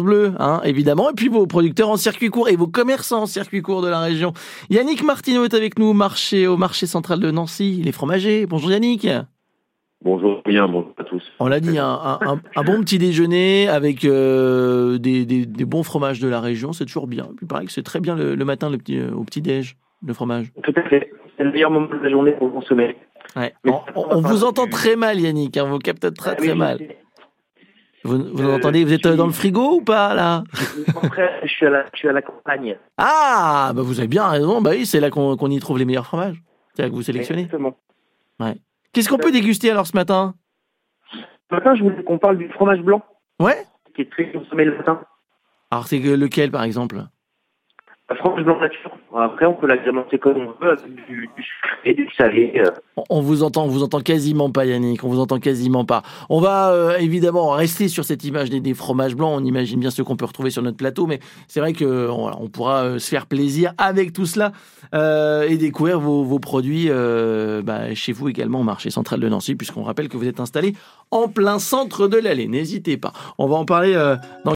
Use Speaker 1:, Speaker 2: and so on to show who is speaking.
Speaker 1: Bleu, hein, évidemment, et puis vos producteurs en circuit court et vos commerçants en circuit court de la région. Yannick Martineau est avec nous au marché, au marché central de Nancy, les fromagers. Bonjour Yannick.
Speaker 2: Bonjour, bien, bonjour à tous.
Speaker 1: On l'a dit, un, un- un- un bon petit déjeuner avec euh, des, des- des bons fromages de la région, c'est toujours bien. Et puis pareil que c'est très bien le, le matin le petit, euh, au petit déj, le fromage.
Speaker 2: Tout à fait. C'est le meilleur moment de la journée pour consommer.
Speaker 1: Ouais. On, on- on vous entend très mal Yannick, hein, vous captez très très
Speaker 2: Oui,
Speaker 1: mal. Vous, vous
Speaker 2: Euh,
Speaker 1: entendez, vous êtes euh, dans le frigo ou pas là
Speaker 2: Après, je suis à la, je suis à la campagne.
Speaker 1: Ah, bah vous avez bien raison. Bah oui, c'est là qu'on qu'on y trouve les meilleurs fromages. C'est là que vous sélectionnez.
Speaker 2: Exactement.
Speaker 1: Qu'est-ce qu'on peut déguster alors ce matin
Speaker 2: Ce matin, je voulais qu'on parle du fromage blanc,
Speaker 1: Ouais.
Speaker 2: qui est très consommé le matin.
Speaker 1: Alors c'est que lequel par exemple
Speaker 2: Un fromage blanc nature. Après, on peut l'agrémenter comme on veut, avec du, du sucré et du salé. euh.
Speaker 1: On- on vous entend, on vous entend quasiment pas, Yannick. On vous entend quasiment pas. On va euh, évidemment rester sur cette image des, des fromages blancs. On imagine bien ceux qu'on peut retrouver sur notre plateau, mais c'est vrai que euh, voilà, on pourra euh, se faire plaisir avec tout cela euh, et découvrir vos, vos produits euh, bah, chez vous également au marché central de Nancy, puisqu'on rappelle que vous êtes installé en plein centre de l'allée. N'hésitez pas. On va en parler euh, dans